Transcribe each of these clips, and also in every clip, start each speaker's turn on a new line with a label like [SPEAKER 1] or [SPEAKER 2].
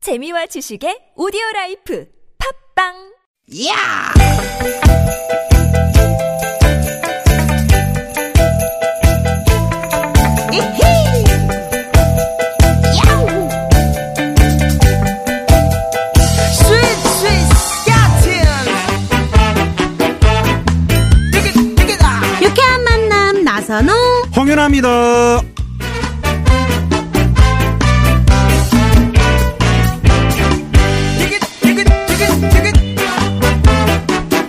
[SPEAKER 1] 재미와 지식의 오디오 라이프 팝빵
[SPEAKER 2] 야! 이히! 야우! 스윗 스윗 스틴 되게 되게다.
[SPEAKER 3] 유쾌한 만남 나선호
[SPEAKER 4] 홍윤아입니다.
[SPEAKER 2] 되게 되게 되게 되게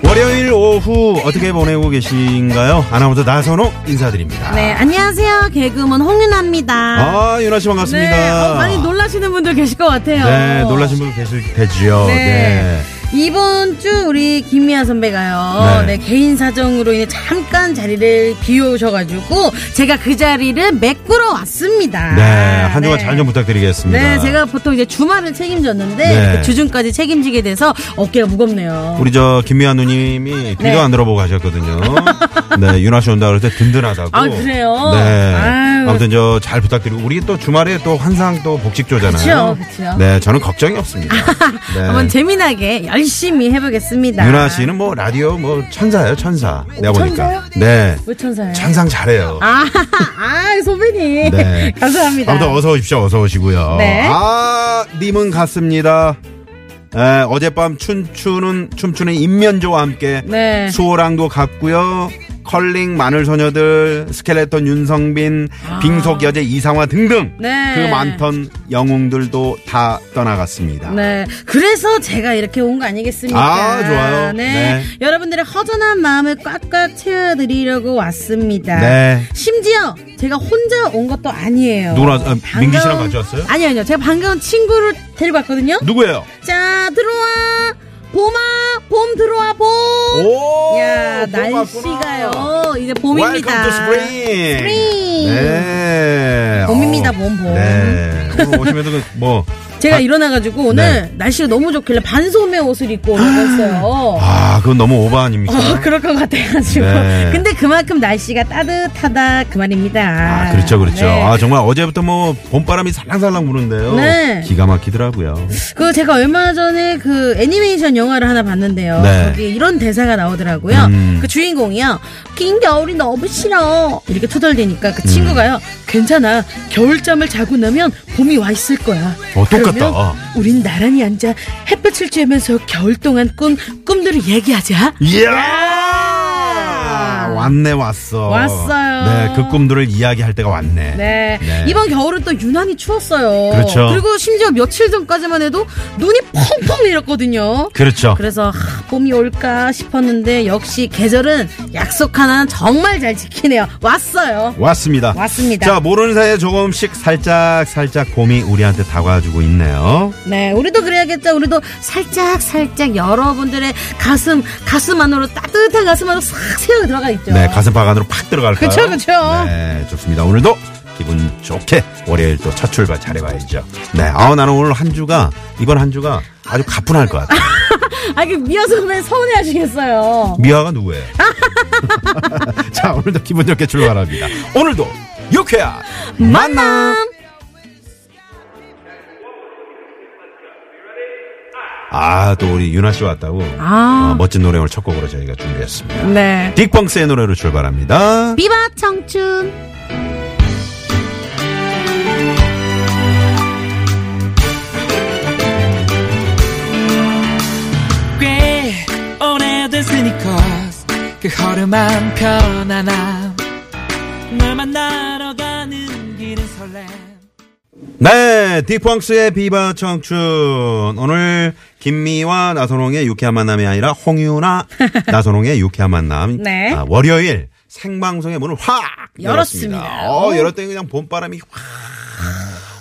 [SPEAKER 4] 월요일 오후 어떻게 보내고 계신가요? 아나운서 나선호 인사드립니다.
[SPEAKER 3] 네 안녕하세요 개그우먼 홍윤아입니다
[SPEAKER 4] 아, 윤아 씨 반갑습니다.
[SPEAKER 3] 네 어, 많이 놀라시는 분들 계실 것 같아요
[SPEAKER 4] 네, 놀라신 분 계실 테지요.
[SPEAKER 3] 네.
[SPEAKER 4] 네.
[SPEAKER 3] 이번 주 우리 김미아 선배가요 네.
[SPEAKER 4] 네.
[SPEAKER 3] 개인 사정으로 인해 잠깐 자리를 비우셔가지고 제가 그 자리를 메꾸러 왔습니다
[SPEAKER 4] 네, 한 주간 잘 좀 부탁드리겠습니다.
[SPEAKER 3] 아, 네, 제가 보통 이제 주말을 책임졌는데
[SPEAKER 4] 네.
[SPEAKER 3] 이렇게 주중까지 책임지게 돼서 어깨가 무겁네요.
[SPEAKER 4] 우리 저 김미아 누님이 비도
[SPEAKER 3] 네.
[SPEAKER 4] 안 들어보고 가셨거든요. 네, 윤아 씨 온다 그럴 때 든든하다고.
[SPEAKER 3] 아, 그래요?
[SPEAKER 4] 네.
[SPEAKER 3] 아유.
[SPEAKER 4] 아무튼 저 잘 부탁드리고 우리 또 주말에 또 환상 또 복직조잖아요.
[SPEAKER 3] 그쵸, 그쵸.
[SPEAKER 4] 네, 저는 걱정이 없습니다. 네.
[SPEAKER 3] 한번 재미나게 열심히 해보겠습니다.
[SPEAKER 4] 유나 씨는 뭐 라디오 뭐 천사예요 천사 내가
[SPEAKER 3] 천사요?
[SPEAKER 4] 보니까 네
[SPEAKER 3] 왜 천사예요?
[SPEAKER 4] 천상 잘해요
[SPEAKER 3] 아, 아 소빈이.
[SPEAKER 4] 네.
[SPEAKER 3] 감사합니다.
[SPEAKER 4] 아무튼 어서 오십시오 어서 오시고요
[SPEAKER 3] 네.
[SPEAKER 4] 아 님은 갔습니다 에, 어젯밤 춤추는 춤추는 인면조와 함께
[SPEAKER 3] 네.
[SPEAKER 4] 수호랑도 갔고요 컬링 마늘 소녀들 스켈레톤 윤성빈 빙속 여제 이상화 등등
[SPEAKER 3] 아. 네.
[SPEAKER 4] 그 많던 영웅들도 다 떠나갔습니다
[SPEAKER 3] 네. 그래서 제가 이렇게 온 거 아니겠습니까?
[SPEAKER 4] 아, 좋아요.
[SPEAKER 3] 네.
[SPEAKER 4] 네.
[SPEAKER 3] 여러분들의 허전한 마음을 꽉꽉 채워드리려고 왔습니다.
[SPEAKER 4] 네.
[SPEAKER 3] 심지어 제가 혼자 온 것도 아니에요.
[SPEAKER 4] 누구나, 아, 민기 씨랑 같이 왔어요?
[SPEAKER 3] 아니요, 아니요. 제가 반가운 친구를 데리고 왔거든요.
[SPEAKER 4] 누구예요?
[SPEAKER 3] 자, 들어와. 봄아, 봄 들어와, 봄.
[SPEAKER 4] 오
[SPEAKER 3] 야,
[SPEAKER 4] 고맙구나.
[SPEAKER 3] 날씨가요. 이제 봄입니다.
[SPEAKER 4] Welcome to spring.
[SPEAKER 3] Spring.
[SPEAKER 4] 네.
[SPEAKER 3] 봄입니다,
[SPEAKER 4] 어,
[SPEAKER 3] 봄, 봄.
[SPEAKER 4] 네. 오늘 오시면서 그 뭐.
[SPEAKER 3] 제가
[SPEAKER 4] 아, 네.
[SPEAKER 3] 일어나가지고 오늘 날씨가 너무 좋길래 반소매 옷을 입고 오려고 했어요.
[SPEAKER 4] 아, 그건 너무 오버 아닙니까?
[SPEAKER 3] 어, 그럴 것 같아가지고.
[SPEAKER 4] 네.
[SPEAKER 3] 근데 그만큼 날씨가 따뜻하다 그 말입니다.
[SPEAKER 4] 아, 그렇죠, 그렇죠.
[SPEAKER 3] 네.
[SPEAKER 4] 아, 정말 어제부터 뭐 봄바람이 살랑살랑 부는데요.
[SPEAKER 3] 네.
[SPEAKER 4] 기가 막히더라고요.
[SPEAKER 3] 그 제가 얼마 전에 그 애니메이션 영화를 하나 봤는데요.
[SPEAKER 4] 네.
[SPEAKER 3] 거기에 이런 대사가 나오더라고요.
[SPEAKER 4] 음.
[SPEAKER 3] 그 주인공이요. 긴 겨울이 너무 싫어. 이렇게 투덜대니까
[SPEAKER 4] 음.
[SPEAKER 3] 그 친구가요. 괜찮아. 겨울잠을 자고 나면 봄이 와 있을 거야.
[SPEAKER 4] 어, 똑같다.
[SPEAKER 3] 그러면 우린 나란히 앉아 햇볕을 쬐면서 겨울 동안 꾼 꿈들을 얘기하자.
[SPEAKER 4] 네. 이야! 왔네, 왔어.
[SPEAKER 3] 왔어요.
[SPEAKER 4] 네, 그 꿈들을 이야기할 때가 왔네.
[SPEAKER 3] 네.
[SPEAKER 4] 네.
[SPEAKER 3] 이번 겨울은 또 유난히 추웠어요.
[SPEAKER 4] 그렇죠.
[SPEAKER 3] 리고 심지어 며칠 전까지만 해도 눈이 펑펑 내렸거든요.
[SPEAKER 4] 그렇죠.
[SPEAKER 3] 그래서 하, 봄이 올까 싶었는데 역시 계절은 약속 하나 정말 잘 지키네요. 왔어요.
[SPEAKER 4] 왔습니다.
[SPEAKER 3] 왔습니다.
[SPEAKER 4] 자, 모르는 사이에 조금씩 살짝, 살짝 봄이 우리한테 다가와주고 있네요.
[SPEAKER 3] 네, 우리도 그래야겠죠. 우리도 살짝 살짝 여러분들의 가슴 가슴 안으로 따뜻한 가슴 안으로 싹 새어 들어가 있죠.
[SPEAKER 4] 네, 가슴팍 안으로 팍 들어갈까요?
[SPEAKER 3] 그쵸, 그쵸.
[SPEAKER 4] 네, 좋습니다. 오늘도 기분 좋게 월요일 또 첫 출발 잘해봐야죠. 네, 아 나는 오늘 한 주가 이번 한 주가 아주 가뿐할 것 같아요.
[SPEAKER 3] 아, 그 미아 선배 서운해하시겠어요.
[SPEAKER 4] 미아가 누구예요? 자, 오늘도 기분 좋게 출발합니다. 오늘도 유쾌한 만남. 아, 또 우리 윤아 씨 왔다고.
[SPEAKER 3] 아.
[SPEAKER 4] 어, 멋진 노래 오늘 첫 곡으로 저희가 준비했습니다.
[SPEAKER 3] 네.
[SPEAKER 4] 딕펑스의 노래로 출발합니다.
[SPEAKER 3] 비바 청춘.
[SPEAKER 5] 꽤 오래된 스니커스 그 허름한 편안함 널 만나러 가는 길은 설렘
[SPEAKER 4] 네, 딕펑스의 비바 청춘. 오늘 김미와 나선홍의 유쾌한 만남이 아니라 홍유나 나선홍의 유쾌한 만남.
[SPEAKER 3] 네.
[SPEAKER 4] 아, 월요일 생방송의 문을 확 열었습니다.
[SPEAKER 3] 열었습니다.
[SPEAKER 4] 어, 열었더니 그냥 봄바람이 확.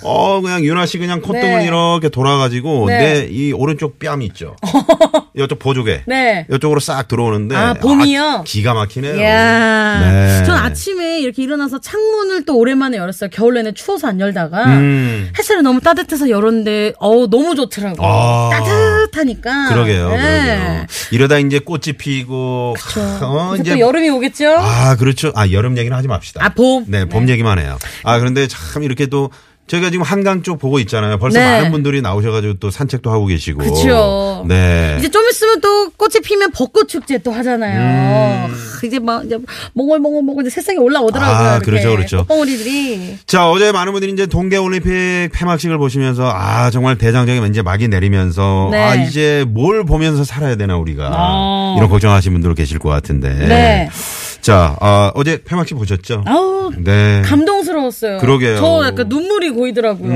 [SPEAKER 4] 어, 그냥 유나 씨 그냥 콧등을
[SPEAKER 3] 네.
[SPEAKER 4] 이렇게 돌아가지고
[SPEAKER 3] 네. 어.
[SPEAKER 4] 내 이 오른쪽 뺨 있죠. 이쪽 보조개.
[SPEAKER 3] 네.
[SPEAKER 4] 이쪽으로 싹 들어오는데.
[SPEAKER 3] 아, 봄이요?
[SPEAKER 4] 기가 막히네요.
[SPEAKER 3] 이야.
[SPEAKER 4] 네.
[SPEAKER 3] 전 아침에 이렇게 일어나서 창문을 또 오랜만에 열었어요. 겨울 내내 추워서 안 열다가.
[SPEAKER 4] 음.
[SPEAKER 3] 햇살이 너무 따뜻해서 열었는데, 어우, 너무 좋더라고요.
[SPEAKER 4] 아.
[SPEAKER 3] 따뜻하니까.
[SPEAKER 4] 그러게요.
[SPEAKER 3] 네.
[SPEAKER 4] 그러게요. 이러다 이제 꽃이 피고
[SPEAKER 3] 그렇죠.
[SPEAKER 4] 어,
[SPEAKER 3] 이제,
[SPEAKER 4] 이제
[SPEAKER 3] 또 여름이 오겠죠?
[SPEAKER 4] 아 그렇죠. 아 여름 아, 얘기는 하지 맙시다.
[SPEAKER 3] 아, 봄.
[SPEAKER 4] 네, 봄 얘기만 해요. 아 그런데 참 이렇게 또 저희가 지금 한강 쪽 보고 있잖아요. 벌써
[SPEAKER 3] 네.
[SPEAKER 4] 많은 분들이 나오셔가지고 또 산책도 하고 계시고.
[SPEAKER 3] 그쵸.
[SPEAKER 4] 네.
[SPEAKER 3] 이제 좀 있으면 또 꽃이 피면 벚꽃 축제 또 하잖아요. 하, 이제 막 이제 몽글몽글몽글 이제 새싹이 올라오더라고요.
[SPEAKER 4] 음. 아,
[SPEAKER 3] 이렇게.
[SPEAKER 4] 그렇죠, 그렇죠.
[SPEAKER 3] 꽃봉오리들이.
[SPEAKER 4] 자, 어제 많은 분들이 이제 동계올림픽 폐막식을 보시면서 아, 정말 대장정이 이제 막이 내리면서
[SPEAKER 3] 네.
[SPEAKER 4] 아, 이제 뭘 보면서 살아야 되나 우리가.
[SPEAKER 3] 아.
[SPEAKER 4] 이런 걱정하시는 분들 계실 것 같은데.
[SPEAKER 3] 네.
[SPEAKER 4] 자, 아, 어제 폐막식 보셨죠?
[SPEAKER 3] 아우
[SPEAKER 4] 네.
[SPEAKER 3] 감동스러웠어요.
[SPEAKER 4] 그러게요. 음.
[SPEAKER 3] 저 약간 눈물이 고이더라고요.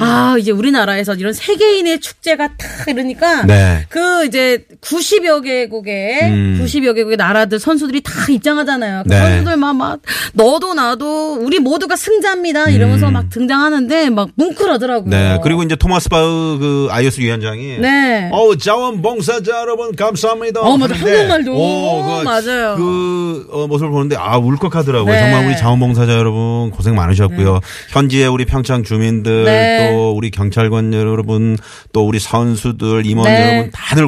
[SPEAKER 3] 아, 이제 우리나라에서 이런 세계인의 축제가 다 이러니까
[SPEAKER 4] 네.
[SPEAKER 3] 그 이제 90여 개국의
[SPEAKER 4] 음.
[SPEAKER 3] 90여 개국의 나라들 선수들이 다 입장하잖아요. 그
[SPEAKER 4] 네.
[SPEAKER 3] 선수들만 막 너도 나도 우리 모두가 승자입니다 이러면서 막 등장하는데 막 뭉클하더라고요.
[SPEAKER 4] 음. 네. 그리고 이제 토마스 바흐 그 IOS 위원장이
[SPEAKER 3] 어. 네.
[SPEAKER 4] 어우 자원봉사자 여러분 감사합니다.
[SPEAKER 3] 어, 맞아.
[SPEAKER 4] 하는데
[SPEAKER 3] 한국말도.
[SPEAKER 4] 오, 그,
[SPEAKER 3] 맞아요.
[SPEAKER 4] 그 어, 모습을 보는데 아 울컥하더라고요.
[SPEAKER 3] 네.
[SPEAKER 4] 정말 우리 자원봉사자 여러분 고생 많으셨고요. 현지에 우리 평창 주민들
[SPEAKER 3] 네.
[SPEAKER 4] 또 우리 경찰관 여러분 또 우리 선수들 임원
[SPEAKER 3] 네.
[SPEAKER 4] 여러분 다들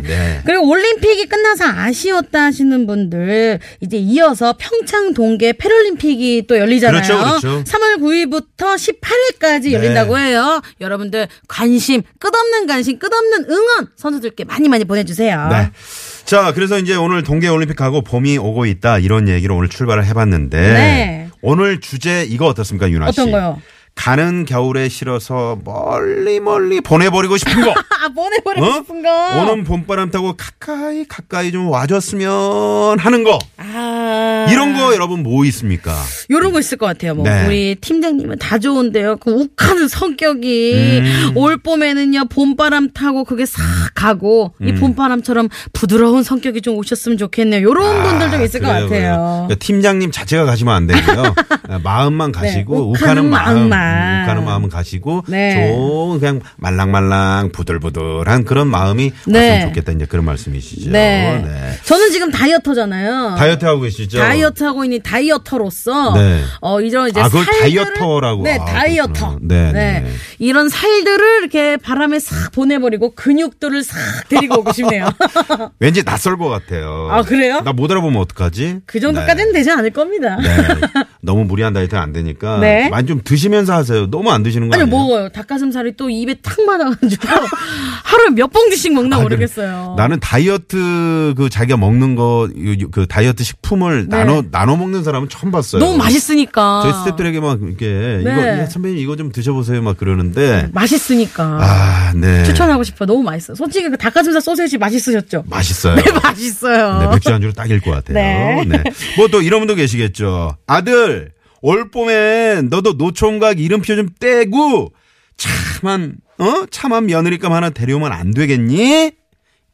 [SPEAKER 3] 네.
[SPEAKER 4] 네.
[SPEAKER 3] 그리고 올림픽이 끝나서 아쉬웠다 하시는 분들 이제 이어서 평창 동계 패럴림픽이 또 열리잖아요.
[SPEAKER 4] 그렇죠, 그렇죠. 네.
[SPEAKER 3] 3월 9일부터 18일까지 열린다고 해요. 여러분들 관심, 끝없는 관심, 끝없는 응원 선수들께 많이 많이 보내주세요.
[SPEAKER 4] 네. 자, 그래서 이제 오늘 동계올림픽하고 봄이 오고 있다 이런 얘기로 오늘 출발을 해봤는데
[SPEAKER 3] 네.
[SPEAKER 4] 오늘 주제 이거 어떻습니까, 윤아 씨?
[SPEAKER 3] 어떤 거요?
[SPEAKER 4] 가는 겨울에 실어서 멀리 멀리 보내버리고 싶은 거.
[SPEAKER 3] 아 보내버리고
[SPEAKER 4] 어?
[SPEAKER 3] 싶은 거.
[SPEAKER 4] 오는 봄바람 타고 가까이 가까이 좀 와줬으면 하는 거.
[SPEAKER 3] 아
[SPEAKER 4] 이런 거 여러분 뭐 있습니까?
[SPEAKER 3] 요런 거 있을 것 같아요. 뭐
[SPEAKER 4] 네.
[SPEAKER 3] 우리 팀장님은 다 좋은데요. 그 욱하는 성격이
[SPEAKER 4] 음.
[SPEAKER 3] 올 봄에는요 봄바람 타고 그게 싹 가고
[SPEAKER 4] 음.
[SPEAKER 3] 이 봄바람처럼 부드러운 성격이 좀 오셨으면 좋겠네요. 요런 분들 좀 있을
[SPEAKER 4] 아, 그래요,
[SPEAKER 3] 것
[SPEAKER 4] 그래요.
[SPEAKER 3] 같아요.
[SPEAKER 4] 그러니까 팀장님 자체가 가시면 안 되고요. 아, 마음만 가시고
[SPEAKER 3] 네, 욱하는
[SPEAKER 4] 욱하는 마음,
[SPEAKER 3] 마음만.
[SPEAKER 4] 음, 욱하는 마음은 가시고
[SPEAKER 3] 네.
[SPEAKER 4] 좋은 그냥 말랑말랑 부들부들한 그런 마음이
[SPEAKER 3] 네.
[SPEAKER 4] 왔으면 좋겠다 이제 그런 말씀이시죠.
[SPEAKER 3] 네.
[SPEAKER 4] 네.
[SPEAKER 3] 저는 지금 다이어터잖아요.
[SPEAKER 4] 다이어트 하고 계시죠?
[SPEAKER 3] 다이어트 하고 있는 다이어터로서
[SPEAKER 4] 네.
[SPEAKER 3] 어 이런 이제
[SPEAKER 4] 아, 그걸
[SPEAKER 3] 살들을-
[SPEAKER 4] 다이어터라고.
[SPEAKER 3] 네
[SPEAKER 4] 아,
[SPEAKER 3] 다이어터
[SPEAKER 4] 그렇구나. 네,
[SPEAKER 3] 네.
[SPEAKER 4] 네.
[SPEAKER 3] 이런 살들을 이렇게 바람에 싹 보내버리고 근육들을 싹 데리고 오고 싶네요
[SPEAKER 4] 왠지 낯설 것 같아요.
[SPEAKER 3] 아, 그래요?
[SPEAKER 4] 나 못 알아보면 어떡하지?
[SPEAKER 3] 그 정도까지는 되지 않을 겁니다
[SPEAKER 4] 네. 네. 너무 무리한 다이어트는 안 되니까
[SPEAKER 3] 네.
[SPEAKER 4] 많이 좀 드시면서 하세요. 너무 안 드시는 거
[SPEAKER 3] 아니 뭐
[SPEAKER 4] 아니에요?
[SPEAKER 3] 먹어요. 닭가슴살이 또 입에 탁 맞아가지고 하루에 몇 봉지씩 먹나
[SPEAKER 4] 아, 그래.
[SPEAKER 3] 모르겠어요.
[SPEAKER 4] 나는 다이어트 그 자기가 먹는 거 그 다이어트 식품을
[SPEAKER 3] 네.
[SPEAKER 4] 나눠 나눠 먹는 사람은 처음 봤어요.
[SPEAKER 3] 너무 맛있으니까.
[SPEAKER 4] 저희 스태프들에게 막 이렇게
[SPEAKER 3] 네.
[SPEAKER 4] 이거 야, 선배님 이거 좀 드셔보세요 막 그러는데
[SPEAKER 3] 맛있으니까.
[SPEAKER 4] 아 네.
[SPEAKER 3] 추천하고 싶어. 너무 맛있어. 요 솔직히 그 닭가슴살 소세지 맛있으셨죠?
[SPEAKER 4] 맛있어요.
[SPEAKER 3] 네, 맛있어요.
[SPEAKER 4] 네, 맥주 안주로 딱일 것 같아요.
[SPEAKER 3] 네.
[SPEAKER 4] 뭐 또 이런 분도 계시겠죠. 아들 올 봄엔 너도 노총각 이름표 좀 떼고 참한 어 참한 며느리감 하나 데려오면 안 되겠니?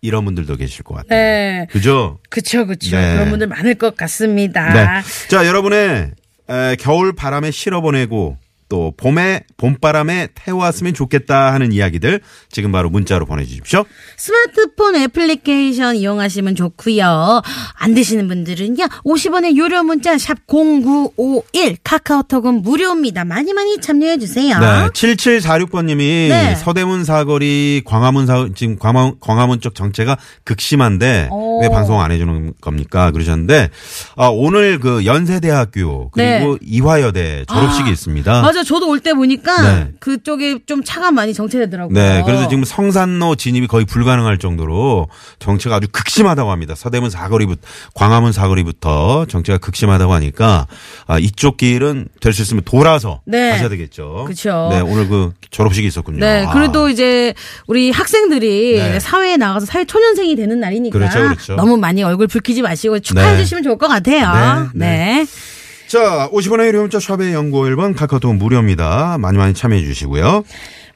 [SPEAKER 4] 이런 분들도 계실 것 같아요.
[SPEAKER 3] 네.
[SPEAKER 4] 그죠?
[SPEAKER 3] 그쵸 그쵸.
[SPEAKER 4] 네.
[SPEAKER 3] 그런 분들 많을 것 같습니다.
[SPEAKER 4] 네. 자, 여러분의 에, 겨울 바람에 실어 보내고 또 봄에 봄바람에 태워왔으면 좋겠다 하는 이야기들 지금 바로 문자로 보내주십시오.
[SPEAKER 3] 스마트폰 애플리케이션 이용하시면 좋고요. 안 되시는 분들은요. 50원의 유료 문자 샵 #0951 카카오톡은 무료입니다. 많이 많이 참여해 주세요.
[SPEAKER 4] 네, 7746번님이
[SPEAKER 3] 네.
[SPEAKER 4] 서대문 사거리 광화문 사 지금 광화문, 광화문 쪽 정체가 극심한데
[SPEAKER 3] 오.
[SPEAKER 4] 왜 방송 안 해주는 겁니까 그러셨는데 아, 오늘 그 연세대학교 그리고 이화여대 졸업식이 있습니다.
[SPEAKER 3] 네. 맞아, 저도 올 때 보니까
[SPEAKER 4] 네.
[SPEAKER 3] 그쪽에 좀 차가 많이 정체되더라고요.
[SPEAKER 4] 네, 그래서 지금 성산로 진입이 거의 불가능할 정도로 정체가 아주 극심하다고 합니다. 서대문 사거리부터 광화문 사거리부터 정체가 극심하다고 하니까 아, 이쪽 길은 될 수 있으면 돌아서
[SPEAKER 3] 네.
[SPEAKER 4] 가셔야 되겠죠.
[SPEAKER 3] 그쵸.
[SPEAKER 4] 네, 오늘 그 졸업식이 있었군요.
[SPEAKER 3] 네,
[SPEAKER 4] 아.
[SPEAKER 3] 그래도 이제 우리 학생들이
[SPEAKER 4] 네.
[SPEAKER 3] 사회에 나가서 사회 초년생이 되는 날이니까
[SPEAKER 4] 그렇죠, 그렇죠.
[SPEAKER 3] 너무 많이 얼굴 붉히지 마시고 축하해
[SPEAKER 4] 네.
[SPEAKER 3] 주시면 좋을 것 같아요.
[SPEAKER 4] 네, 네.
[SPEAKER 3] 네.
[SPEAKER 4] 자, 50원의 유료 문자 샵의 연구 1번 카카오톡 무료입니다. 많이 많이 참여해 주시고요.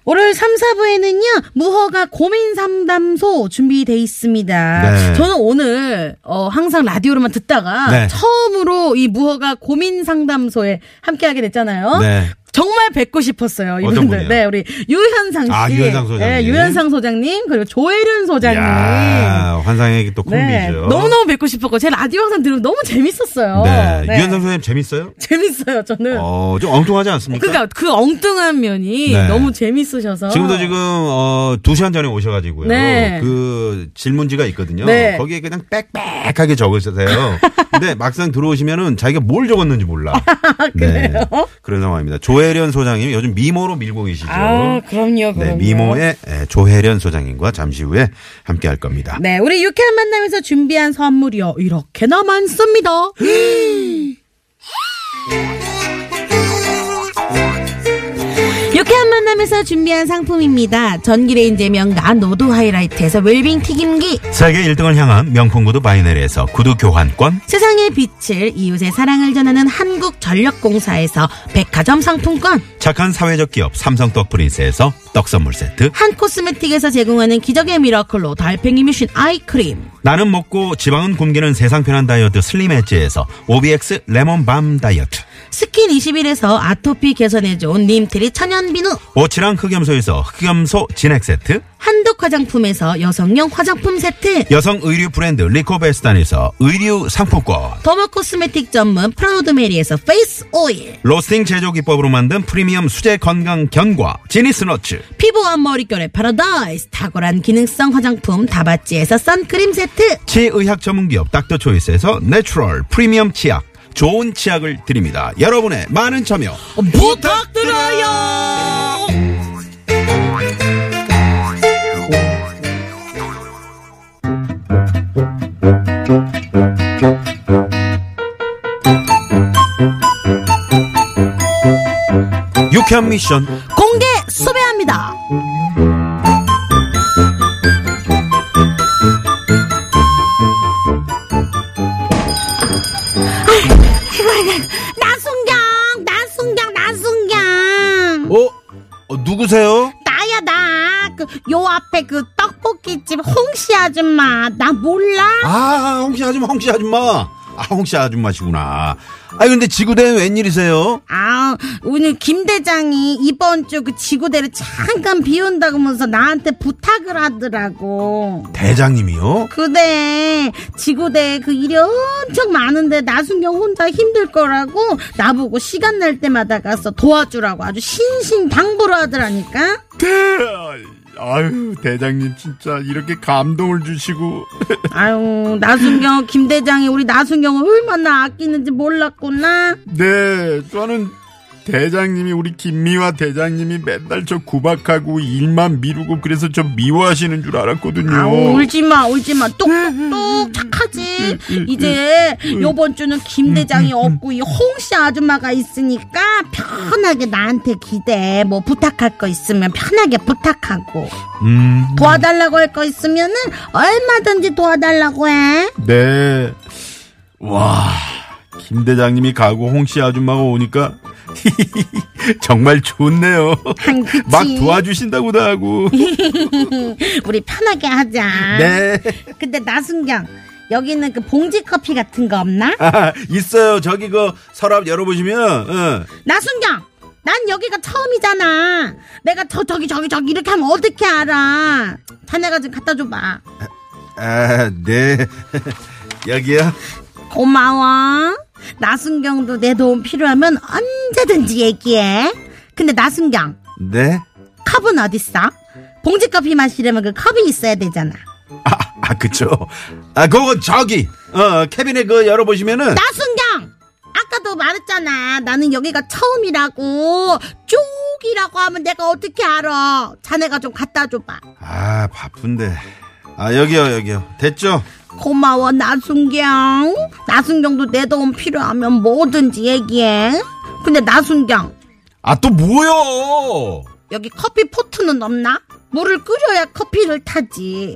[SPEAKER 3] 월요일 3, 4부에는요, 무허가 고민 상담소 준비돼 있습니다.
[SPEAKER 4] 네.
[SPEAKER 3] 저는 오늘, 어, 항상 라디오로만 듣다가,
[SPEAKER 4] 네.
[SPEAKER 3] 처음으로 이 무허가 고민 상담소에 함께하게 됐잖아요.
[SPEAKER 4] 네.
[SPEAKER 3] 정말 뵙고 싶었어요,
[SPEAKER 4] 어떤 분이요?
[SPEAKER 3] 이분들. 네, 우리 유현상 씨.
[SPEAKER 4] 아, 유현상 소장님.
[SPEAKER 3] 네, 유현상 소장님, 그리고 조혜련 소장님.
[SPEAKER 4] 야, 환상의 또 콤비죠.
[SPEAKER 3] 네. 너무너무 뵙고 싶었고, 제 라디오 항상 들으면 너무 재밌었어요.
[SPEAKER 4] 네.
[SPEAKER 3] 네.
[SPEAKER 4] 유현상 선생님 재밌어요?
[SPEAKER 3] 재밌어요, 저는.
[SPEAKER 4] 어, 좀 엉뚱하지 않습니까?
[SPEAKER 3] 그러니까 그 엉뚱한 면이
[SPEAKER 4] 네.
[SPEAKER 3] 너무 재밌으셔서.
[SPEAKER 4] 지금도 지금 어 2시간 전에 오셔 가지고요.
[SPEAKER 3] 네.
[SPEAKER 4] 그 질문지가 있거든요.
[SPEAKER 3] 네.
[SPEAKER 4] 거기에 그냥 빽빽하게 적으세요. 근데 막상 들어오시면은 자기가 뭘 적었는지 몰라. 네. 그런 상황입니다. 조혜련 소장님 요즘 미모로 밀고 계시죠.
[SPEAKER 3] 아, 그럼요, 그럼요.
[SPEAKER 4] 네, 미모의 에, 조혜련 소장님과 잠시 후에 함께 할 겁니다.
[SPEAKER 3] 네, 우리 유쾌한 만남에서 준비한 선물이요. 이렇게나 많습니다.
[SPEAKER 6] 유쾌한 만남에서 준비한 상품입니다. 전기레인지 명가 노도 하이라이트에서 웰빙 튀김기.
[SPEAKER 4] 세계 1등을 향한 명품 구두 바이네리에서 구두 교환권.
[SPEAKER 6] 세상의 빛을 이웃의 사랑을 전하는 한국전력공사에서 백화점 상품권.
[SPEAKER 4] 착한 사회적 기업 삼성 떡 프린스에서 떡 선물 세트.
[SPEAKER 6] 한 코스메틱에서 제공하는 기적의 미라클로 달팽이 뮤신 아이크림.
[SPEAKER 4] 나는 먹고 지방은 굶기는 세상 편한 다이어트 슬림 엣지에서 OBX 레몬밤 다이어트.
[SPEAKER 6] 스킨 21에서 아토피 개선해준 님트리 천연비누.
[SPEAKER 4] 오치랑 흑염소에서 흑염소 진액 세트.
[SPEAKER 6] 한독 화장품에서 여성용 화장품 세트.
[SPEAKER 4] 여성 의류 브랜드 리코베스탄에서 의류 상품권.
[SPEAKER 6] 더머 코스메틱 전문 프라우드메리에서 페이스 오일.
[SPEAKER 4] 로스팅 제조 기법으로 만든 프리미엄 수제 건강 견과 지니스너츠.
[SPEAKER 6] 피부와 머릿결의 파라다이스. 탁월한 기능성 화장품 다바찌에서 선크림 세트.
[SPEAKER 4] 치의학 전문기업 닥터초이스에서 내추럴 프리미엄 치약 좋은 치약을 드립니다. 여러분의 많은 참여
[SPEAKER 6] 부탁드려요.
[SPEAKER 4] 유쾌한 미션
[SPEAKER 6] 공개 수배합니다. 나순경, 나순경, 나순경.
[SPEAKER 4] 어? 어, 누구세요?
[SPEAKER 6] 나야 나. 그 요 앞에 그 떡볶이집 홍씨 아줌마. 나 몰라?
[SPEAKER 4] 아 홍씨 아줌마 홍씨 아줌마 아 홍씨 아줌마시구나 아니 근데 지구대는 웬일이세요?
[SPEAKER 6] 아, 오늘 김 대장이 이번 주 그 지구대를 잠깐 비운다면서 나한테 부탁을 하더라고.
[SPEAKER 4] 대장님이요?
[SPEAKER 6] 그래 지구대 그 일이 엄청 많은데 나순경 혼자 힘들 거라고 나보고 시간 날 때마다 가서 도와주라고 아주 신신 당부를 하더라니까
[SPEAKER 4] 아유 대장님 진짜 이렇게 감동을 주시고
[SPEAKER 6] 아유 나순경 김 대장이 우리 나순경을 얼마나 아끼는지 몰랐구나
[SPEAKER 7] 네, 저는 대장님이 우리 김미화 대장님이 맨날 저 구박하고 일만 미루고 그래서 저 미워하시는 줄 알았거든요.
[SPEAKER 4] 음.
[SPEAKER 6] 아우 울지마 울지마 똑똑똑 착하지 이제 요번 주는 김 대장이 없고 이 홍씨 아줌마가 있으니까 편하게 나한테 기대 뭐 부탁할 거 있으면 편하게 부탁하고
[SPEAKER 4] 음
[SPEAKER 6] 도와달라고 할 거 있으면은 얼마든지 도와달라고 해.
[SPEAKER 7] 네. 와, 김 대장님이 가고 홍씨 아줌마가 오니까 정말 좋네요.
[SPEAKER 6] 한 그치.
[SPEAKER 7] 막 도와주신다고도 하고.
[SPEAKER 6] 우리 편하게 하자.
[SPEAKER 7] 네.
[SPEAKER 6] 근데 나순경 여기는 그 봉지 커피 같은 거 없나?
[SPEAKER 4] 아, 있어요 저기 그 서랍 열어보시면 예.
[SPEAKER 6] 나순경. 난 여기가 처음이잖아. 내가 저 저기 저기 저기 이렇게 하면 어떻게 알아? 자네가 좀 갖다 줘봐.
[SPEAKER 4] 아, 네. 여기요?
[SPEAKER 6] 고마워. 나순경도 내 도움 필요하면 언제든지 얘기해. 근데 나순경
[SPEAKER 4] 네?
[SPEAKER 6] 컵은 어딨어? 봉지 커피 마시려면 그 컵이 있어야 되잖아.
[SPEAKER 4] 아, 아, 그쵸. 아, 그거 저기, 어, 캐빈에 그 열어보시면은.
[SPEAKER 6] 나순경! 아까도 말했잖아. 나는 여기가 처음이라고. 쪽이라고 하면 내가 어떻게 알아. 자네가 좀 갖다 줘봐.
[SPEAKER 4] 아, 바쁜데. 아, 여기요, 여기요. 됐죠?
[SPEAKER 6] 고마워, 나순경. 나순경도 내 도움 필요하면 뭐든지 얘기해. 근데 나순경,
[SPEAKER 4] 아, 또 뭐요?
[SPEAKER 6] 여기 커피 포트는 없나? 물을 끓여야 커피를 타지.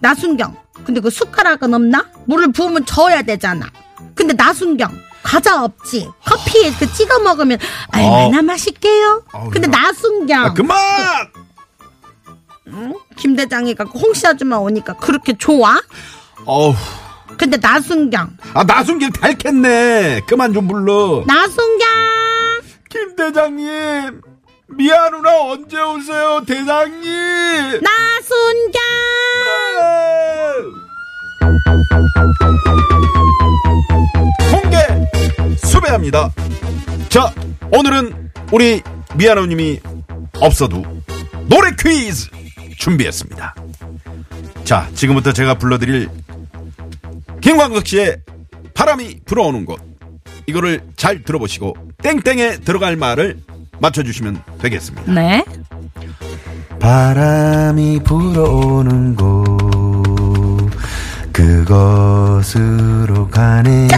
[SPEAKER 6] 나순경, 근데 그 숟가락은 없나? 물을 부으면 저어야 되잖아. 근데 나순경, 과자 없지. 커피에 그 찍어 먹으면 얼마나 맛있게요?
[SPEAKER 4] 아. 아우,
[SPEAKER 6] 근데
[SPEAKER 4] 나-
[SPEAKER 6] 나순경,
[SPEAKER 4] 아, 그만!
[SPEAKER 6] 김 대장이가 그 홍씨 아줌마 오니까 그렇게 좋아?
[SPEAKER 4] 어우,
[SPEAKER 6] 근데 나순경,
[SPEAKER 4] 아, 나순길 닳겠네. 그만 좀 불러.
[SPEAKER 6] 나순경,
[SPEAKER 7] 김 대장님, 미아 누나 언제
[SPEAKER 6] 아,
[SPEAKER 7] 오세요, 대장님?
[SPEAKER 6] 나순경.
[SPEAKER 7] 아!
[SPEAKER 4] 공개 수배합니다. 자, 오늘은 우리 미아노님이 없어도 노래 퀴즈 준비했습니다. 자, 지금부터 제가 불러드릴 김광석 씨의 바람이 불어오는 곳. 이거를 잘 들어보시고 땡땡에 들어갈 말을 맞춰주시면 되겠습니다.
[SPEAKER 3] 네.
[SPEAKER 8] 바람이 불어오는 곳 그곳으로 가네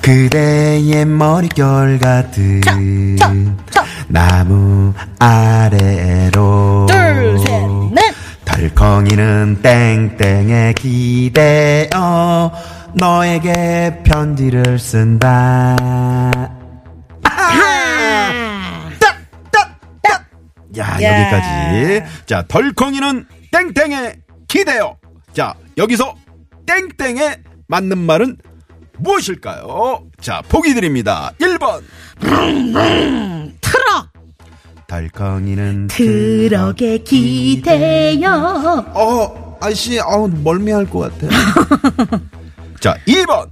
[SPEAKER 8] 그대의 머릿결 같은 나무 아래로
[SPEAKER 6] 둘셋넷
[SPEAKER 8] 덜컹이는 땡땡에 기대어 너에게 편지를 쓴다
[SPEAKER 6] 아.
[SPEAKER 4] 야, 여기까지. 자, 덜컹이는 땡땡에 기대요. 자, 여기서 땡땡에 맞는 말은 무엇일까요? 자, 보기 드립니다. 1번.
[SPEAKER 6] 트럭
[SPEAKER 8] 덜컹이는
[SPEAKER 6] 트럭에 기대요
[SPEAKER 4] 어, 아저씨, 어, 멀미할 것 같아. 자, 2번.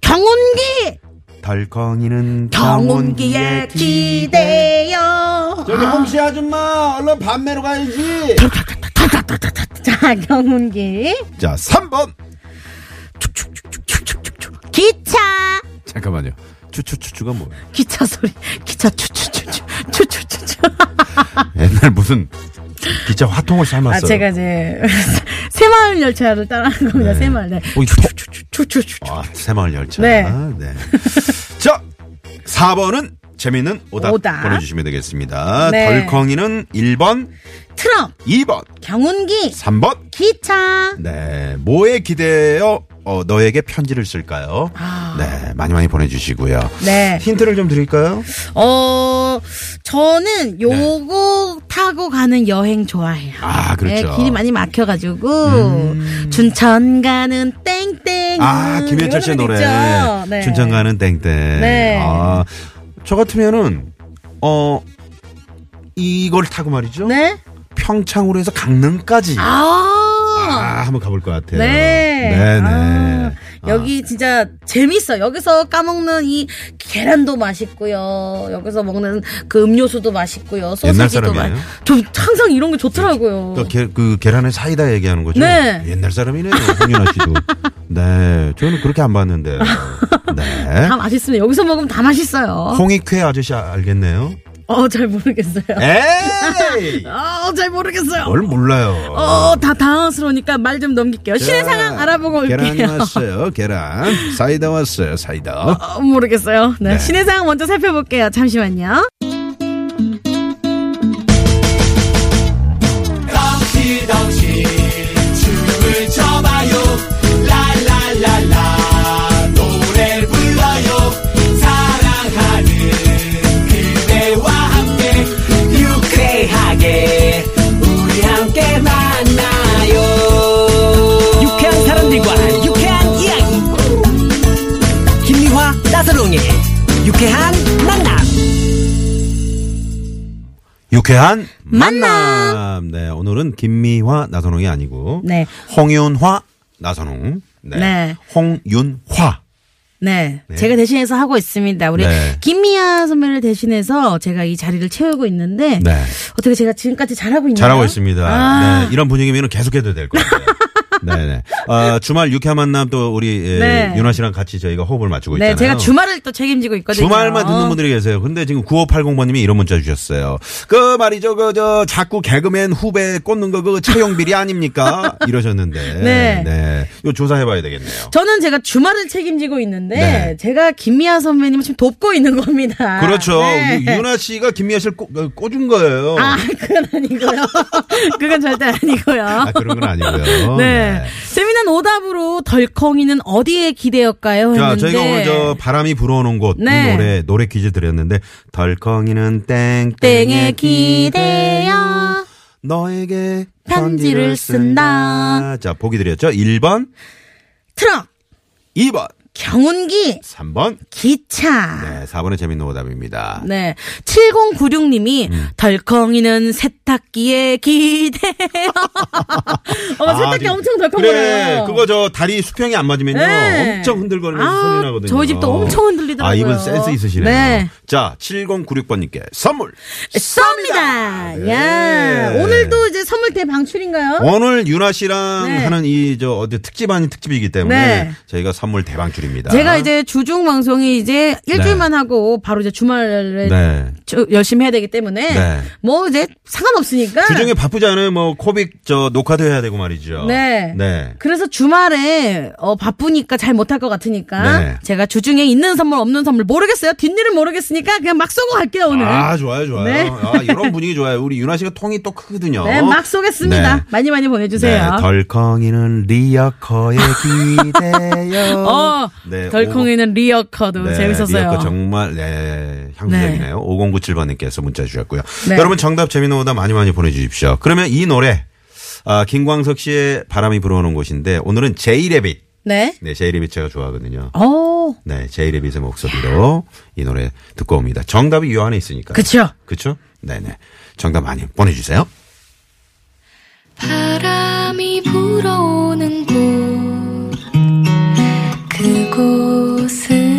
[SPEAKER 6] 경운기
[SPEAKER 8] 덜컹이는
[SPEAKER 6] 경운기에 네, 기대요
[SPEAKER 4] 저기, 홍씨 아줌마, 얼른 밥 매러 가야지.
[SPEAKER 6] 자 경운기
[SPEAKER 4] 자, 3번.
[SPEAKER 6] 기차
[SPEAKER 4] 잠깐만요. 추추추추가 뭐예요?
[SPEAKER 3] 기차 소리. 기차 추추추추. 추추추추.
[SPEAKER 4] 옛날 무슨 기차 화통을 삶았어요.
[SPEAKER 3] 아, 제가 이제 새마을 열차를 따라하는 겁니다. 새마을. 네.
[SPEAKER 4] 어, 이 통-
[SPEAKER 3] 추추추추.
[SPEAKER 4] 아, 새마을 열차.
[SPEAKER 3] 네.
[SPEAKER 4] 네. 자, 4번은 재미있는 오답,
[SPEAKER 3] 오답.
[SPEAKER 4] 보내주시면 되겠습니다.
[SPEAKER 3] 네.
[SPEAKER 4] 덜컹이는 1번,
[SPEAKER 6] 트럭
[SPEAKER 4] 2번,
[SPEAKER 6] 경운기
[SPEAKER 4] 3번.
[SPEAKER 6] 기차
[SPEAKER 4] 네. 뭐에 기대어 어, 너에게 편지를 쓸까요? 네. 많이 많이 보내주시고요.
[SPEAKER 3] 아. 네.
[SPEAKER 4] 힌트를 좀 드릴까요?
[SPEAKER 3] 어,
[SPEAKER 4] 네.
[SPEAKER 3] 저는 요거 타고 가는 여행 좋아해요.
[SPEAKER 4] 아, 그렇죠. 음.
[SPEAKER 3] 네, 길이 많이 막혀가지고 춘천 가는 땡땡.
[SPEAKER 4] 아, 김현철 씨의
[SPEAKER 3] 이런
[SPEAKER 4] 노래.
[SPEAKER 3] 있죠. 네.
[SPEAKER 4] 춘천 가는 땡땡.
[SPEAKER 3] 네.
[SPEAKER 4] 아, 저 같으면은, 어, 이걸 타고 말이죠.
[SPEAKER 3] 네.
[SPEAKER 4] 평창으로 해서 강릉까지.
[SPEAKER 3] 아.
[SPEAKER 4] 아, 한번 가볼 것
[SPEAKER 3] 네.
[SPEAKER 4] 같아요. 네, 네.
[SPEAKER 3] 아,
[SPEAKER 4] 아,
[SPEAKER 3] 여기 진짜 재밌어. 여기서 까먹는 이 계란도 맛있고요. 여기서 먹는 그 음료수도 맛있고요.
[SPEAKER 4] 옛날
[SPEAKER 3] 소세지도
[SPEAKER 4] 사람이에요?
[SPEAKER 3] 맛있고. 저 항상 이런 게 좋더라고요.
[SPEAKER 4] 또 게, 그 계란에 사이다 얘기하는 거죠.
[SPEAKER 3] 네.
[SPEAKER 4] 옛날 사람이네요, 홍윤아 씨도. 네, 저는 그렇게 안 봤는데. 네.
[SPEAKER 3] 다 맛있습니다. 여기서 먹으면 다 맛있어요.
[SPEAKER 4] 홍익회 아저씨 아- 알겠네요.
[SPEAKER 3] 어, 잘 모르겠어요.
[SPEAKER 4] 에이,
[SPEAKER 3] 아, 잘 모르겠어요.
[SPEAKER 4] 뭘 몰라요.
[SPEAKER 3] 어, 다 당황스러우니까 말 좀 넘길게요. 실내 상황 알아보고
[SPEAKER 4] 네. 계란이
[SPEAKER 3] 올게요.
[SPEAKER 4] 왔어요, 계란. 사이다 왔어요, 사이다.
[SPEAKER 3] 어, 모르겠어요. 네.
[SPEAKER 4] 네.
[SPEAKER 3] 신의 상황 먼저 살펴볼게요. 잠시만요.
[SPEAKER 5] 덩치덩치 춤을 춰봐요 랄랄랄라 노래 불러요 사랑하는 그대와 함께 유쾌하게 우리 함께 만나요 유쾌한 사람들과 유쾌한 이야기 김미화 나서롱의 유쾌한 만남
[SPEAKER 4] 유쾌한
[SPEAKER 3] 만남.
[SPEAKER 4] 만남. 네, 오늘은 김미화 나선홍이 아니고
[SPEAKER 3] 네.
[SPEAKER 4] 홍윤화 나선홍. 네.
[SPEAKER 3] 네.
[SPEAKER 4] 홍윤화.
[SPEAKER 3] 네. 제가 대신해서 하고 있습니다. 우리
[SPEAKER 4] 네.
[SPEAKER 3] 김미아 선배를 대신해서 제가 이 자리를 채우고 있는데
[SPEAKER 4] 네.
[SPEAKER 3] 어떻게 제가 지금까지 잘하고 있나요?
[SPEAKER 4] 잘하고 있습니다.
[SPEAKER 3] 네. 아.
[SPEAKER 4] 네, 이런 분위기면 계속해도 될 것 같아요. 네네. 아, 주말 유쾌한 만남 또 우리 예,
[SPEAKER 3] 네.
[SPEAKER 4] 윤화 씨랑 같이 저희가 호흡을 맞추고
[SPEAKER 3] 네,
[SPEAKER 4] 있잖아요.
[SPEAKER 3] 제가 주말을 또 책임지고 있거든요. 어.
[SPEAKER 4] 주말만 듣는 분들이 계세요. 근데 지금 9580번님이 이런 문자 주셨어요. 그 말이죠. 그, 저, 자꾸 개그맨 후배 꽂는 거, 그 채용비리 아닙니까? 이러셨는데.
[SPEAKER 3] 네.
[SPEAKER 4] 네. 요 조사해봐야 되겠네요.
[SPEAKER 3] 저는 제가 주말을 책임지고 있는데
[SPEAKER 4] 네.
[SPEAKER 3] 제가 김미아 선배님을 지금 돕고 있는 겁니다.
[SPEAKER 4] 그렇죠.
[SPEAKER 3] 네.
[SPEAKER 4] 유- 윤아 씨가 김미아 씨를 꼬, 어, 꽂은 거예요.
[SPEAKER 3] 아, 그건 아니고요. 그건 절대 아니고요.
[SPEAKER 4] 아, 그런 건 아니고요.
[SPEAKER 3] 네. 재미난 오답으로 덜컹이는 어디에 기대일까요?
[SPEAKER 4] 자,
[SPEAKER 3] 했는데
[SPEAKER 4] 저희가 오늘 저 바람이 불어오는 곳 이
[SPEAKER 3] 네.
[SPEAKER 4] 노래 노래 퀴즈 드렸는데 덜컹이는 땡땡에
[SPEAKER 3] 땡에
[SPEAKER 4] 기대요.
[SPEAKER 3] 기대요.
[SPEAKER 4] 너에게
[SPEAKER 3] 편지를 쓴다.
[SPEAKER 4] 자, 보기 드렸죠? 1번,
[SPEAKER 3] 트럭,
[SPEAKER 4] 2번,
[SPEAKER 3] 경운기,
[SPEAKER 4] 3번.
[SPEAKER 3] 기차.
[SPEAKER 4] 네, 4번의 재밌는 오답입니다.
[SPEAKER 3] 네. 7096님이
[SPEAKER 4] 음.
[SPEAKER 3] 덜컹이는 세탁기에 기대. 어, 세탁기
[SPEAKER 4] 아,
[SPEAKER 3] 엄청
[SPEAKER 4] 그래,
[SPEAKER 3] 덜컹거려요.
[SPEAKER 4] 그거 저 다리 수평이 안 맞으면요.
[SPEAKER 3] 네.
[SPEAKER 4] 엄청 흔들거리면서
[SPEAKER 3] 아,
[SPEAKER 4] 소리 나거든요.
[SPEAKER 3] 저희 집도 엄청 흔들리더라고요.
[SPEAKER 4] 아, 이분 센스 있으시네요.
[SPEAKER 3] 네.
[SPEAKER 4] 자, 7096번님께 선물.
[SPEAKER 3] 쏩니다. 야,
[SPEAKER 4] 네. 어?
[SPEAKER 3] 오늘도 이제 선물 대방출인가요?
[SPEAKER 4] 오늘 유나 씨랑
[SPEAKER 3] 어? 네.
[SPEAKER 4] 하는 이 저 어제 특집 아닌 특집이기 때문에
[SPEAKER 3] 네.
[SPEAKER 4] 저희가 선물 대방출입니다.
[SPEAKER 3] 제가 이제 주중 방송이 이제 일주일만 하고 바로 이제 주말에
[SPEAKER 4] 네.
[SPEAKER 3] 저- 열심히 해야 되기 때문에
[SPEAKER 4] 네.
[SPEAKER 3] 뭐 이제 상관없으니까
[SPEAKER 4] 주중에 바쁘지 않으면 뭐 코빅 저 녹화도 해야 되고 말이죠.
[SPEAKER 3] 네.
[SPEAKER 4] 네.
[SPEAKER 3] 그래서 주말에 어, 바쁘니까 잘 못할 것 같으니까
[SPEAKER 4] 네.
[SPEAKER 3] 제가 주중에 있는 선물 없는 선물 모르겠어요 뒷일은 모르겠으니까 그냥 막 쏘고 갈게요 오늘
[SPEAKER 4] 아, 좋아요, 좋아요.
[SPEAKER 3] 네.
[SPEAKER 4] 아, 이런 분위기 좋아요. 우리 유나 씨가 통이 또 크거든요.
[SPEAKER 3] 네, 막 쏘겠습니다
[SPEAKER 4] 어? 네.
[SPEAKER 3] 많이 많이 보내주세요
[SPEAKER 4] 네,
[SPEAKER 8] 덜컹이는 리어커에 기대요.
[SPEAKER 3] 어
[SPEAKER 4] 네,
[SPEAKER 3] 덜컹이는 리어커도
[SPEAKER 4] 네,
[SPEAKER 3] 재밌었어요
[SPEAKER 4] 리어커 정말 네, 향수적이네요. 5097번님께서 문자 주셨고요.
[SPEAKER 3] 네.
[SPEAKER 4] 여러분 정답 재미있는 오다 많이 많이 보내주십시오. 그러면 이 노래 아, 김광석 씨의 바람이 불어오는 곳인데 오늘은 제이레빗
[SPEAKER 3] 네
[SPEAKER 4] 네, 제이레빗 제가 좋아하거든요.
[SPEAKER 3] 어,
[SPEAKER 4] 네, 제이레빗의 목소리로 이 노래 듣고 옵니다. 정답이 이 안에 있으니까.
[SPEAKER 3] 그쵸.
[SPEAKER 4] 그쵸? 네네. 정답 많이 보내주세요.
[SPEAKER 9] 바람이 불어오는 곳 그곳은